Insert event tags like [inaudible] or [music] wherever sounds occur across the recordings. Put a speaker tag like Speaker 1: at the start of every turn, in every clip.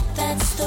Speaker 1: a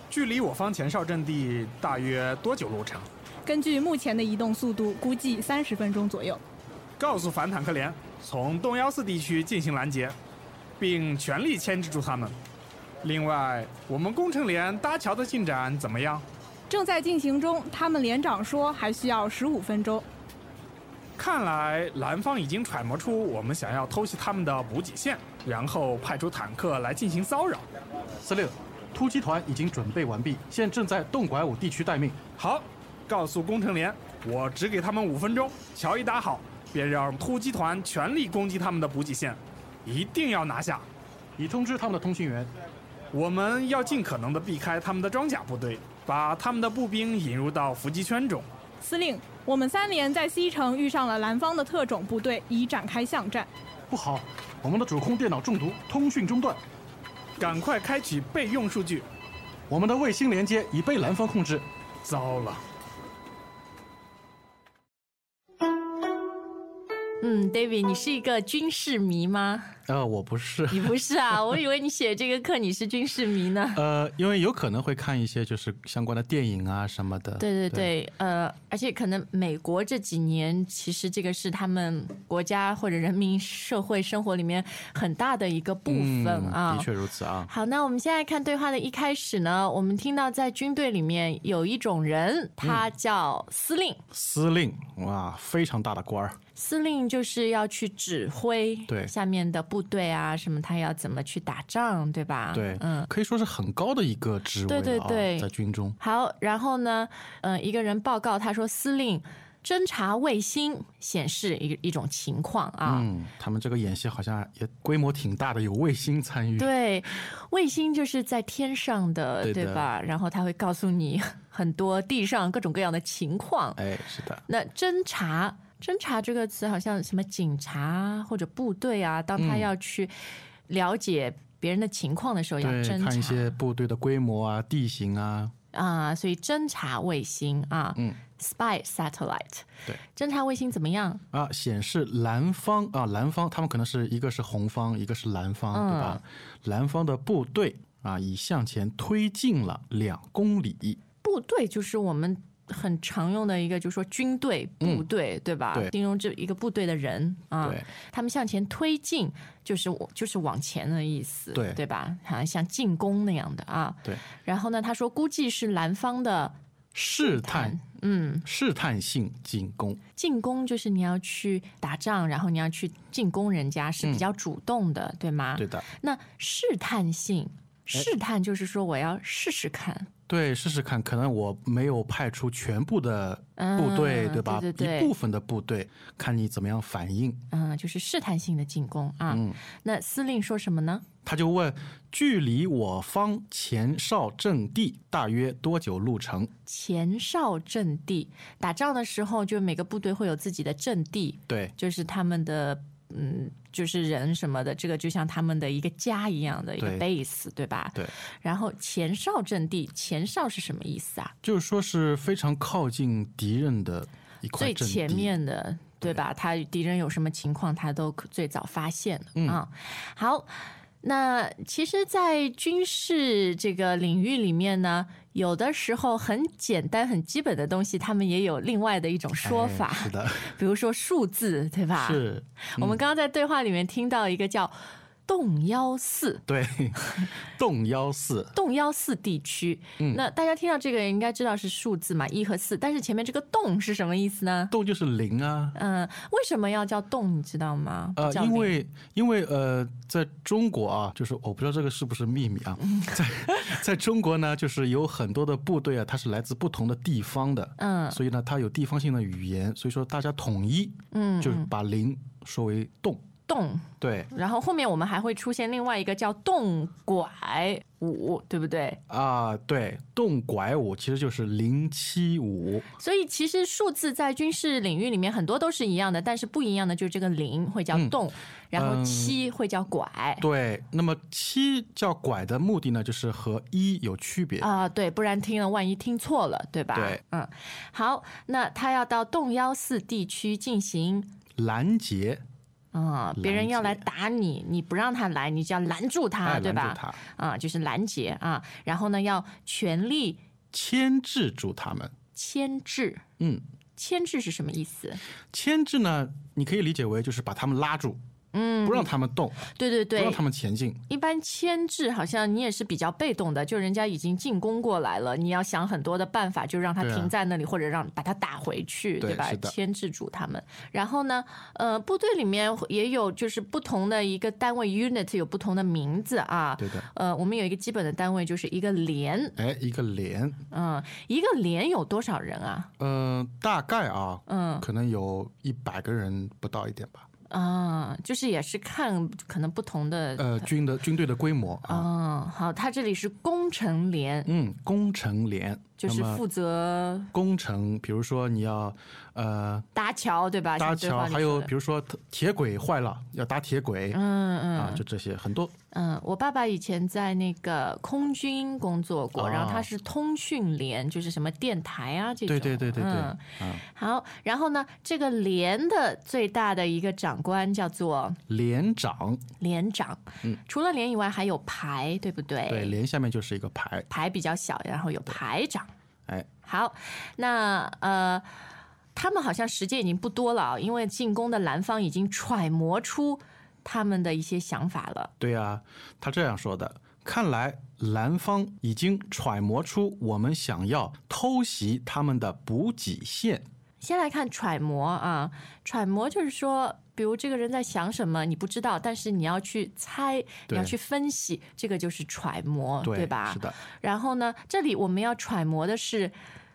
Speaker 2: 距离我方前哨阵地大约多久路程？
Speaker 3: 根据目前的移动速度，估计三十分钟左右。
Speaker 2: 告诉反坦克连，从东幺四地区进行拦截，并全力牵制住他们。另外，我们工程连搭桥的进展怎么样？
Speaker 3: 正在进行中，他们连长说还需要十五分钟。
Speaker 2: 看来蓝方已经揣摩出我们想要偷袭他们的补给线，然后派出坦克来进行骚扰。
Speaker 4: 司令，突击团已经准备完毕，现正在洞拐五地区待命。
Speaker 2: 好，告诉工程连，我只给他们五分钟，桥一搭好，便让突击团全力攻击他们的补给线，一定要拿下。
Speaker 4: 已通知他们的通讯员。
Speaker 2: 我们要尽可能的避开他们的装甲部队，把他们的步兵引入到伏击圈中。
Speaker 3: 司令，我们三连在西城遇上了蓝方的特种部队，已展开巷战。
Speaker 4: 不好，我们的主控电脑中毒，通讯中断，
Speaker 2: 赶快开启备用数据。
Speaker 4: 我们的卫星连接已被蓝方控制。
Speaker 2: 糟了，
Speaker 5: 嗯，David，你是一个军事迷吗？ [laughs]
Speaker 4: 呃，我不是。
Speaker 5: 你不是啊，我以为你写这个课你是军事迷呢。
Speaker 4: 呃，因为有可能会看一些就是相关的电影啊什么的。
Speaker 5: 对对对，呃，而且可能美国这几年其实这个是他们国家或者人民社会生活里面很大的一个部分啊。
Speaker 4: 嗯，的确如此啊。
Speaker 5: 好，那我们现在看对话的一开始呢，我们听到在军队里面有一种
Speaker 4: 嗯
Speaker 5: 人，他叫司令，
Speaker 4: 司令，哇，非常大的官儿。
Speaker 5: 司令就是要去指挥
Speaker 4: 对
Speaker 5: 下面的部队啊，什么他要怎么去打仗，对吧？
Speaker 4: 对，
Speaker 5: 嗯。
Speaker 4: 可以说是很高的一个职位、啊，
Speaker 5: 对对对
Speaker 4: 在军中。
Speaker 5: 好，然后呢，呃，一个人报告他说，司令侦察卫星显示一一种情况啊。
Speaker 4: 嗯，他们这个演习好像也规模挺大的，有卫星参与。
Speaker 5: 对，卫星就是在天上的，
Speaker 4: 对的
Speaker 5: 吧？然后他会告诉你 [laughs] 很多地上各种各样的情况。
Speaker 4: 哎，是的，
Speaker 5: 那侦查，侦查这个词好像什么警察或者部队啊，当他
Speaker 4: 嗯
Speaker 5: 要去了解别人的情况的时候，要
Speaker 4: 对，看一些
Speaker 5: 侦
Speaker 4: 部队的规模啊、地形啊，
Speaker 5: 查啊，所以侦察卫星啊，
Speaker 4: 嗯
Speaker 5: s p y satellite，
Speaker 4: 对，
Speaker 5: 侦察卫星怎么样？
Speaker 4: 啊，显示蓝方啊，蓝方他们可能是一个是红方，一个是蓝方，
Speaker 5: 嗯
Speaker 4: 对吧？蓝方的部队啊，已向前推进了两公里。
Speaker 5: 部队就是我们很常用的一个，就是说军队、部队，对吧？
Speaker 4: 嗯对
Speaker 5: 形容这一个部队的人啊
Speaker 4: 对，
Speaker 5: 他们向前推进，就是我就是往前的意思，
Speaker 4: 对
Speaker 5: 对吧？好像像进攻那样的啊。
Speaker 4: 对，
Speaker 5: 然后呢，他说估计是蓝方的，
Speaker 4: 试探
Speaker 5: 探，嗯，
Speaker 4: 试探性进攻，
Speaker 5: 进攻就是你要去打仗，然后你要去进攻人家是比
Speaker 4: 嗯
Speaker 5: 较主动的，对吗？
Speaker 4: 对。哎的，
Speaker 5: 那试探性，试探就是说我要试试看。
Speaker 4: 对，试试看，可能我没有派出全部的部队，
Speaker 5: 嗯
Speaker 4: 对吧？
Speaker 5: 对对对
Speaker 4: 一部分的部队，看你怎么样反应。
Speaker 5: 嗯，就是试探性的进攻啊。
Speaker 4: 嗯
Speaker 5: 那司令说什么呢？
Speaker 4: 他就问，距离我方前哨阵地大约多久路程？
Speaker 5: 前哨阵地打仗的时候，就每个部队会有自己的阵地，
Speaker 4: 对，
Speaker 5: 就是他们的嗯，就是人什么的，这个就像他们的一个家一样的一个
Speaker 4: 对
Speaker 5: base，对吧？
Speaker 4: 对。
Speaker 5: 然后前哨阵地，前哨是什么意思啊？
Speaker 4: 就是说是非常靠近敌人的一块
Speaker 5: 最
Speaker 4: 阵地，
Speaker 5: 前面的，对吧？他敌人有什么情况，他都可最早发现了
Speaker 4: 嗯
Speaker 5: 啊、好，那其实，在军事这个领域里面呢，有的时候很简单、很基本的东西，他们也有另外的一种说法，啊
Speaker 4: 哎是的，
Speaker 5: 比如说数字，对吧？。
Speaker 4: 是，嗯
Speaker 5: 我们刚刚在对话里面听到一个叫“洞幺寺”。
Speaker 4: 对， [laughs] 动幺四，
Speaker 5: 洞幺四地区，
Speaker 4: 嗯
Speaker 5: 那大家听到这个应该知道是数字嘛，一和四，但是前面这个洞是什么意思呢？
Speaker 4: 动就是零啊，
Speaker 5: 嗯，为什么要叫洞？你知道吗？
Speaker 4: 呃
Speaker 5: 不，叫
Speaker 4: 因
Speaker 5: 零
Speaker 4: 为因为呃，在中国啊，就是我不知道这个是不是秘密啊，
Speaker 5: 嗯
Speaker 4: 在在中国呢，就是有很多的部队啊，它是来自不同的地方的，
Speaker 5: 嗯
Speaker 4: 所以呢，它有地方性的语言，所以说大家统一
Speaker 5: 嗯
Speaker 4: 就是把零说为动，
Speaker 5: 洞，
Speaker 4: 对
Speaker 5: 然后后面我们还会出现另外一个叫洞拐舞，对不对？
Speaker 4: 啊、对，动拐五其实就是零七五，
Speaker 5: 所以其实数字在军事领域里面很多都是一样的，但是不一样的就是这个零会叫洞，然后
Speaker 4: 嗯
Speaker 5: 七会叫拐。
Speaker 4: 对，那么七叫拐的目的呢，就是和一有区别，
Speaker 5: 啊、对，不然听了万一听错了，对吧？
Speaker 4: 对，
Speaker 5: 嗯，好，那他要到洞幺四地区进行
Speaker 4: 拦截，
Speaker 5: 啊、别人要来
Speaker 4: 拦
Speaker 5: 打你，你不让他来，你就要拦住他，
Speaker 4: 哎，
Speaker 5: 对
Speaker 4: 拦
Speaker 5: 吧
Speaker 4: 住？他，
Speaker 5: 啊、就是拦截啊，然后呢，要全力
Speaker 4: 牵制住他们，
Speaker 5: 牵制。
Speaker 4: 嗯。
Speaker 5: 牵制是什么意思？
Speaker 4: 牵制呢，你可以理解为就是把他们拉住，
Speaker 5: 嗯
Speaker 4: 不，让他们动，
Speaker 5: 对对
Speaker 4: 不
Speaker 5: 对
Speaker 4: 让，他们前进。
Speaker 5: 一般牵制好像你也是比较被动的，就人家已经进攻过来了，你要想很多的办法，就让他
Speaker 4: 对啊
Speaker 5: 停在那里，或者让把他打回去，
Speaker 4: 对
Speaker 5: 对吧
Speaker 4: 是？的
Speaker 5: 牵制住他们。然后呢，呃，部队里面也有就是不同的一个单位 unit 有不同的名字啊。
Speaker 4: 对的，
Speaker 5: 呃，我们有一个基本的单位，就是一个连，
Speaker 4: 哎，一个连，
Speaker 5: 嗯，一个连有多少人啊？
Speaker 4: 呃，大概啊，
Speaker 5: 嗯
Speaker 4: 可能有一百个人不到一点吧。
Speaker 5: 啊，就是也是看可能不同的，
Speaker 4: 呃，军的军队的规模啊，
Speaker 5: 嗯，好，它这里是工程连，
Speaker 4: 嗯，工程连
Speaker 5: 就是
Speaker 4: 那么
Speaker 5: 负责
Speaker 4: 工程，比如说你要呃
Speaker 5: 搭桥，对吧？
Speaker 4: 搭
Speaker 5: 像对话
Speaker 4: 桥，
Speaker 5: 里
Speaker 4: 还有
Speaker 5: 说的
Speaker 4: 比如说铁轨坏了要搭铁轨
Speaker 5: 嗯嗯
Speaker 4: 啊，就这些很多。
Speaker 5: 嗯，我爸爸以前在那个空军工作过，
Speaker 4: 哦
Speaker 5: 然后他是通讯连，就是什么电台啊这
Speaker 4: 对
Speaker 5: 种。
Speaker 4: 对对对对，
Speaker 5: 嗯
Speaker 4: 啊，
Speaker 5: 好，然后呢，这个连的最大的一个长官叫做
Speaker 4: 连长，
Speaker 5: 连长。嗯，除了连以外，还有排，对不对？
Speaker 4: 对，连下面就是一个排，
Speaker 5: 排比较小，然后有排长。
Speaker 4: 哎，
Speaker 5: 好，那呃，他们好像时间已经不多了啊，因为进攻的蓝方已经揣摩出他们的一些想法了。
Speaker 4: 对呀、他这样说的。看来蓝方已经揣摩出我们想要偷袭他们的补给线。
Speaker 5: 先来看揣摩啊，揣摩就是说，比如这个人在想什么，你不知道，但是你要去猜，你
Speaker 4: 对
Speaker 5: 要去分析，这个就是揣摩，
Speaker 4: 对，
Speaker 5: 啊吧？
Speaker 4: 是的，
Speaker 5: 然后呢，这里我们要揣摩的是，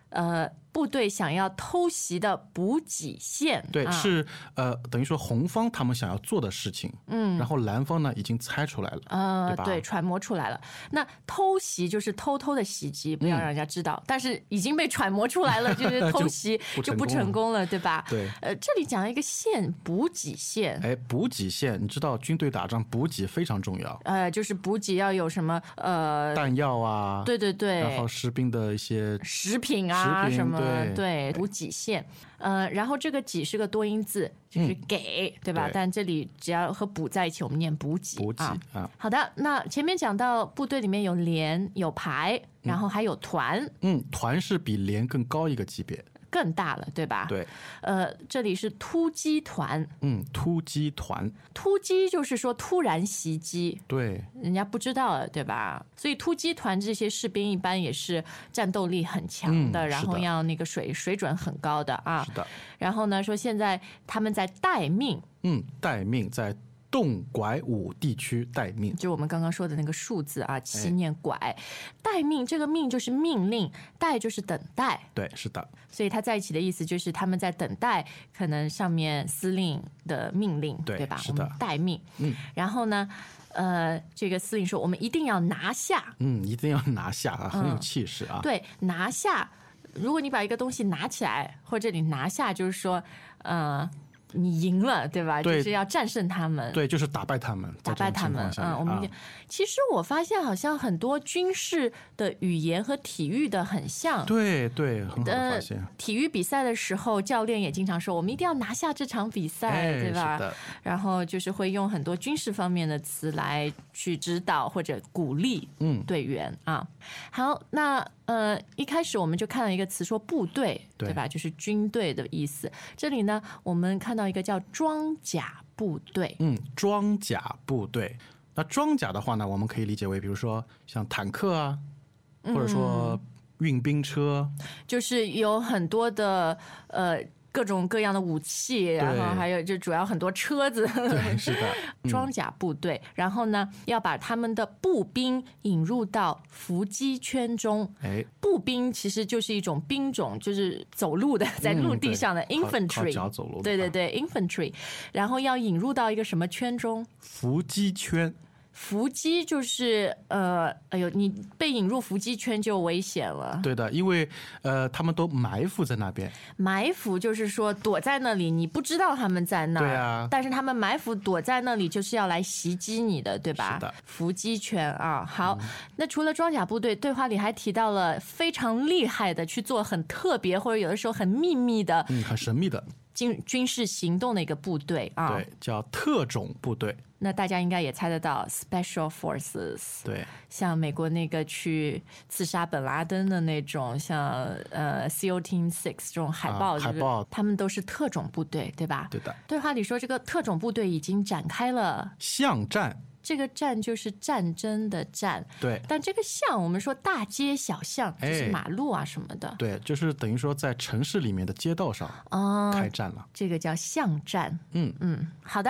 Speaker 5: 呃，部队想要偷袭的补给线，
Speaker 4: 对，
Speaker 5: 啊、
Speaker 4: 是呃，等于说红方他们想要做的事情，嗯，然后蓝方呢已经猜出来了，
Speaker 5: 呃
Speaker 4: 对，吧
Speaker 5: 对，揣摩出来了。那偷袭就是偷偷的袭击，不要
Speaker 4: 嗯
Speaker 5: 让人家知道。但是已经被揣摩出来了，就是
Speaker 4: [laughs]
Speaker 5: 偷袭
Speaker 4: 不
Speaker 5: 就
Speaker 4: 成
Speaker 5: 不
Speaker 4: 功
Speaker 5: 成
Speaker 4: 了
Speaker 5: 功了，对吧？
Speaker 4: 对
Speaker 5: 呃，这里讲一个线，补给线。
Speaker 4: 哎，补给线，你知道军队打仗补给非常重要，
Speaker 5: 呃，就是补给要有什么呃，
Speaker 4: 弹药啊，
Speaker 5: 对对对，
Speaker 4: 然后士兵的一些
Speaker 5: 食品啊
Speaker 4: 食品
Speaker 5: 什么，对
Speaker 4: 对
Speaker 5: 补给线，呃，然后这个给是个多音字，就是给，对吧？
Speaker 4: 嗯对
Speaker 5: 但这里只要和补在一起，我们念补给
Speaker 4: 补给
Speaker 5: 啊。
Speaker 4: 啊，
Speaker 5: 好的，那前面讲到部队里面有连、有排，然后还有团，
Speaker 4: 嗯，团是比连更高一个级别，
Speaker 5: 更大了，对吧？，
Speaker 4: 对，
Speaker 5: 呃，这里是突击团，
Speaker 4: 嗯，突击团，
Speaker 5: 突击就是说突然袭击，
Speaker 4: 对，
Speaker 5: 人家不知道了，对吧？所以突击团这些士兵一般也是战斗力很强
Speaker 4: 嗯
Speaker 5: 的，
Speaker 4: 是的
Speaker 5: 然后要那个水水准很高的啊
Speaker 4: 是。的，
Speaker 5: 然后呢，说现在他们在待命，
Speaker 4: 嗯，待命在洞拐五地区待命，
Speaker 5: 就是我们刚刚说的那个数字啊，
Speaker 4: 哎
Speaker 5: 七念拐，待命这个命就是命令，待就是等待，
Speaker 4: 对，是的，
Speaker 5: 所以它在一起的意思就是他们在等待可能上面司令的命令，
Speaker 4: 对
Speaker 5: 吧？
Speaker 4: 是的
Speaker 5: 我们待命，嗯。然后呢，呃，这个司令说我们一定要拿下，
Speaker 4: 嗯，一定要拿下啊，很有
Speaker 5: 嗯
Speaker 4: 气势啊，
Speaker 5: 对，拿下。如果你把一个东西拿起来，或者你拿下，就是说，呃，你赢了，对吧？
Speaker 4: 对
Speaker 5: 就是要战胜他们。
Speaker 4: 对，就是打败他们，
Speaker 5: 打
Speaker 4: 在这
Speaker 5: 败
Speaker 4: 种
Speaker 5: 他
Speaker 4: 情
Speaker 5: 们
Speaker 4: 况，下
Speaker 5: 嗯，我们
Speaker 4: 啊
Speaker 5: 也、其实我发现好像很多军事的语言和体育的很像，
Speaker 4: 对对，很好的
Speaker 5: 呃
Speaker 4: 发现，，
Speaker 5: 体育比赛的时候，教练也经常说，我们一定要拿下这场比赛，
Speaker 4: 哎，
Speaker 5: 对吧
Speaker 4: 是？的，
Speaker 5: 然后就是会用很多军事方面的词来去指导或者鼓励
Speaker 4: 嗯，
Speaker 5: 队员啊。好，那呃，一开始我们就看到一个词说部队，
Speaker 4: 对
Speaker 5: 对吧？就是军队的意思。这里呢，我们看到一个叫装甲部队，
Speaker 4: 嗯，装甲部队。那装甲的话呢，我们可以理解为，比如说像坦克啊，
Speaker 5: 嗯
Speaker 4: 或者说运兵车，
Speaker 5: 就是有很多的呃。各种各样的武器，然后还有就主要很多车子， [laughs]
Speaker 4: 对，是的，嗯
Speaker 5: 装甲部队，然后呢，要把他们的步兵引入到伏击圈中。
Speaker 4: 哎，
Speaker 5: 步兵其实就是一种兵种，就是走路的，在陆地上的
Speaker 4: 嗯对靠靠
Speaker 5: infantry，、
Speaker 4: 脚走路的
Speaker 5: 对对
Speaker 4: 啊
Speaker 5: 对，infantry，然后要引入到一个什么圈中？
Speaker 4: 伏击圈，
Speaker 5: 伏击就是呃，哎呦，你被引入伏击圈就危险了。
Speaker 4: 对的，因为呃，他们都埋伏在那边，
Speaker 5: 埋伏就是说躲在那里，你不知道他们在那儿。
Speaker 4: 对啊
Speaker 5: 但是他们埋伏躲在那里，就是要来袭击你的，对吧？
Speaker 4: 是的嗯
Speaker 5: 伏击拳啊，好。那除了装甲部队，对话里还提到了非常厉害的去做很特别或者有的时候很秘密的
Speaker 4: 嗯，很神秘的，
Speaker 5: 军军事行动的一个部队啊。
Speaker 4: 对，叫特种部队，
Speaker 5: 那大家应该也猜得到，Special Forces，
Speaker 4: 对，
Speaker 5: 像美国那个去刺杀本拉登的那种，像呃 CO Team Six 这种海
Speaker 4: 啊
Speaker 5: 豹，
Speaker 4: 海
Speaker 5: 就是
Speaker 4: 豹
Speaker 5: 他们都是特种部队，对吧？
Speaker 4: 对的，
Speaker 5: 对话里说，这个特种部队已经展开了，
Speaker 4: 巷战，
Speaker 5: 这个战就是战争的战，
Speaker 4: 对。
Speaker 5: 但这个巷我们说大街小巷，就
Speaker 4: 哎
Speaker 5: 是马路啊什么的，
Speaker 4: 对，就是等于说在城市里面的街道上
Speaker 5: 啊、
Speaker 4: 开战了。
Speaker 5: 这个叫巷战。
Speaker 4: 嗯
Speaker 5: 嗯，好的，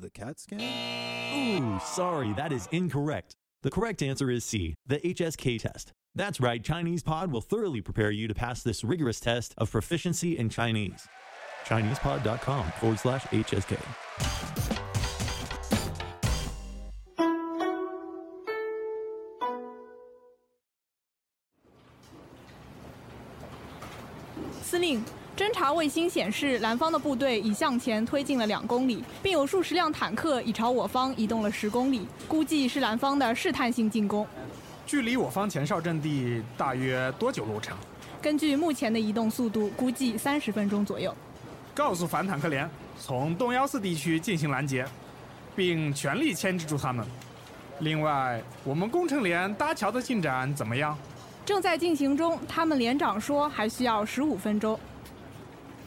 Speaker 6: the cat scan?
Speaker 7: Ooh, sorry, that is incorrect. The correct answer is C, the HSK test. That's right, Chinese Pod will thoroughly prepare you to pass this rigorous test of proficiency in Chinese. ChinesePod.com forward slash HSK.
Speaker 3: 司令，侦察卫星显示，蓝方的部队已向前推进了两公里，并有数十辆坦克已朝我方移动了十公里，估计是蓝方的试探性进攻。
Speaker 2: 距离我方前哨阵地大约多久路程？
Speaker 3: 根据目前的移动速度，估计三十分钟左右。
Speaker 2: 告诉反坦克连，从东幺四地区进行拦截，并全力牵制住他们。另外，我们工程连搭桥的进展怎么样？
Speaker 3: 正在进行中，他们连长说还需要十五分钟。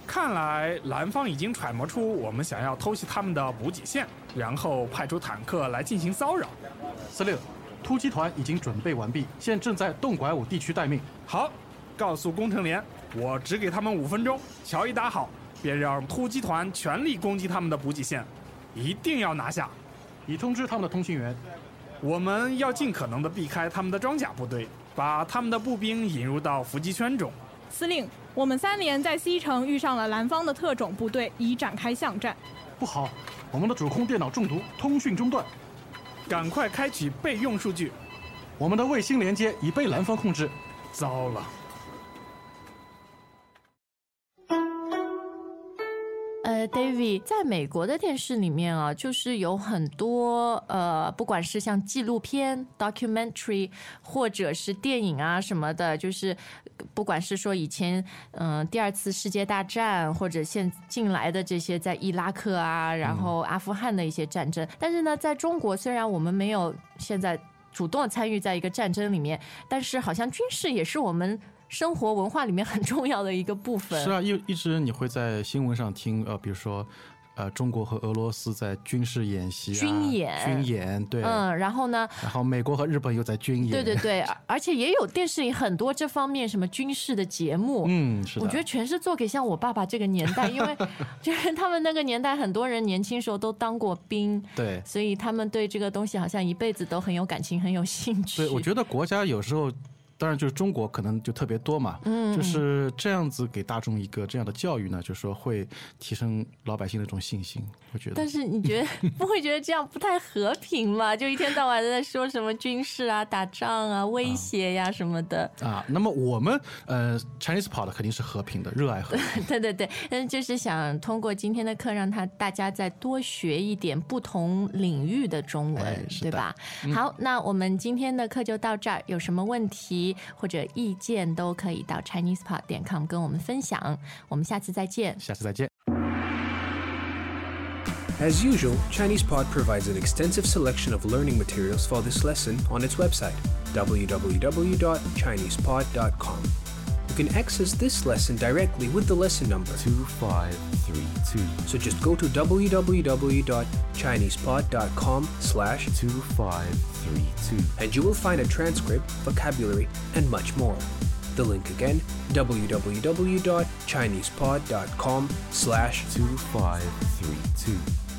Speaker 2: 看来蓝方已经揣摩出我们想要偷袭他们的补给线，然后派出坦克来进行骚扰。
Speaker 4: 司令，突击团已经准备完毕，现正在洞拐五地区待命。
Speaker 2: 好，告诉工程连，我只给他们五分钟，桥一搭好，便让突击团全力攻击他们的补给线，一定要拿下。
Speaker 4: 已通知他们的通讯员。
Speaker 2: 我们要尽可能的避开他们的装甲部队，把他们的步兵引入到伏击圈中。
Speaker 3: 司令，我们三连在西城遇上了蓝方的特种部队，已展开巷战。
Speaker 4: 不好，我们的主控电脑中毒，通讯中断，
Speaker 2: 赶快开启备用数据。
Speaker 4: 我们的卫星连接已被蓝方控制。
Speaker 2: 糟了，
Speaker 5: 呃，David，在美国的电视里面啊，就是有很多呃，不管是像纪录片 （documentary） 或者是电影啊什么的，就是呃不管是说以前嗯、呃第二次世界大战，或者现近来的这些在伊拉克啊，然后阿富汗的一些战争，但是呢，在中国虽然我们没有现在主动参与在一个战争里面，但是好像军事也是我们生活文化里面很重要的一个部分。
Speaker 4: 是啊，一一直你会在新闻上听，呃，比如说呃中国和俄罗斯在军事演习、啊、
Speaker 5: 军演
Speaker 4: 军演对，
Speaker 5: 嗯，然后呢，
Speaker 4: 然后美国和日本又在军演，
Speaker 5: 对对，对，而而且也有电视里很多这方面什么军事的节目，
Speaker 4: 嗯，是的，
Speaker 5: 我觉得全是做给像我爸爸这个年代，
Speaker 4: [laughs]
Speaker 5: 因为就是他们那个年代很多人年轻时候都当过兵，
Speaker 4: 对，
Speaker 5: 所以他们对这个东西好像一辈子都很有感情，很有兴趣。
Speaker 4: 对，我觉得国家有时候，当然就是中国可能就特别多嘛，嗯，就是这样子给大众一个这样的教育呢，就是说会提升老百姓的一种信心，我觉得
Speaker 5: 但。是你觉得 [laughs] 不会觉得这样不太和平吗？就一天到晚地在说什么军事啊、打仗啊、威胁呀、什么的。
Speaker 4: 啊，那么我们呃，Chinese Pod 肯定是和平的，热爱和平。
Speaker 5: [laughs] 对对对，嗯，就是想通过今天的课，让他大家再多学一点不同领域的中文，
Speaker 4: 哎是的
Speaker 5: 对吧？好，那我们今天的课就到这儿，有什么问题或者意见都可以到 ChinesePod 点 com 跟我们分享。我们下次再见。
Speaker 4: 下次再见。
Speaker 8: As usual, ChinesePod provides an extensive selection of learning materials for this lesson on its website, www.chinesepod.com. You can access this lesson directly with the lesson number,
Speaker 9: 2532.
Speaker 8: so just go to www.chinesepod.com slash
Speaker 9: 2532.
Speaker 8: and you will find a transcript, vocabulary, and much more. The link again, www.chinesepod.com slash
Speaker 9: 2532.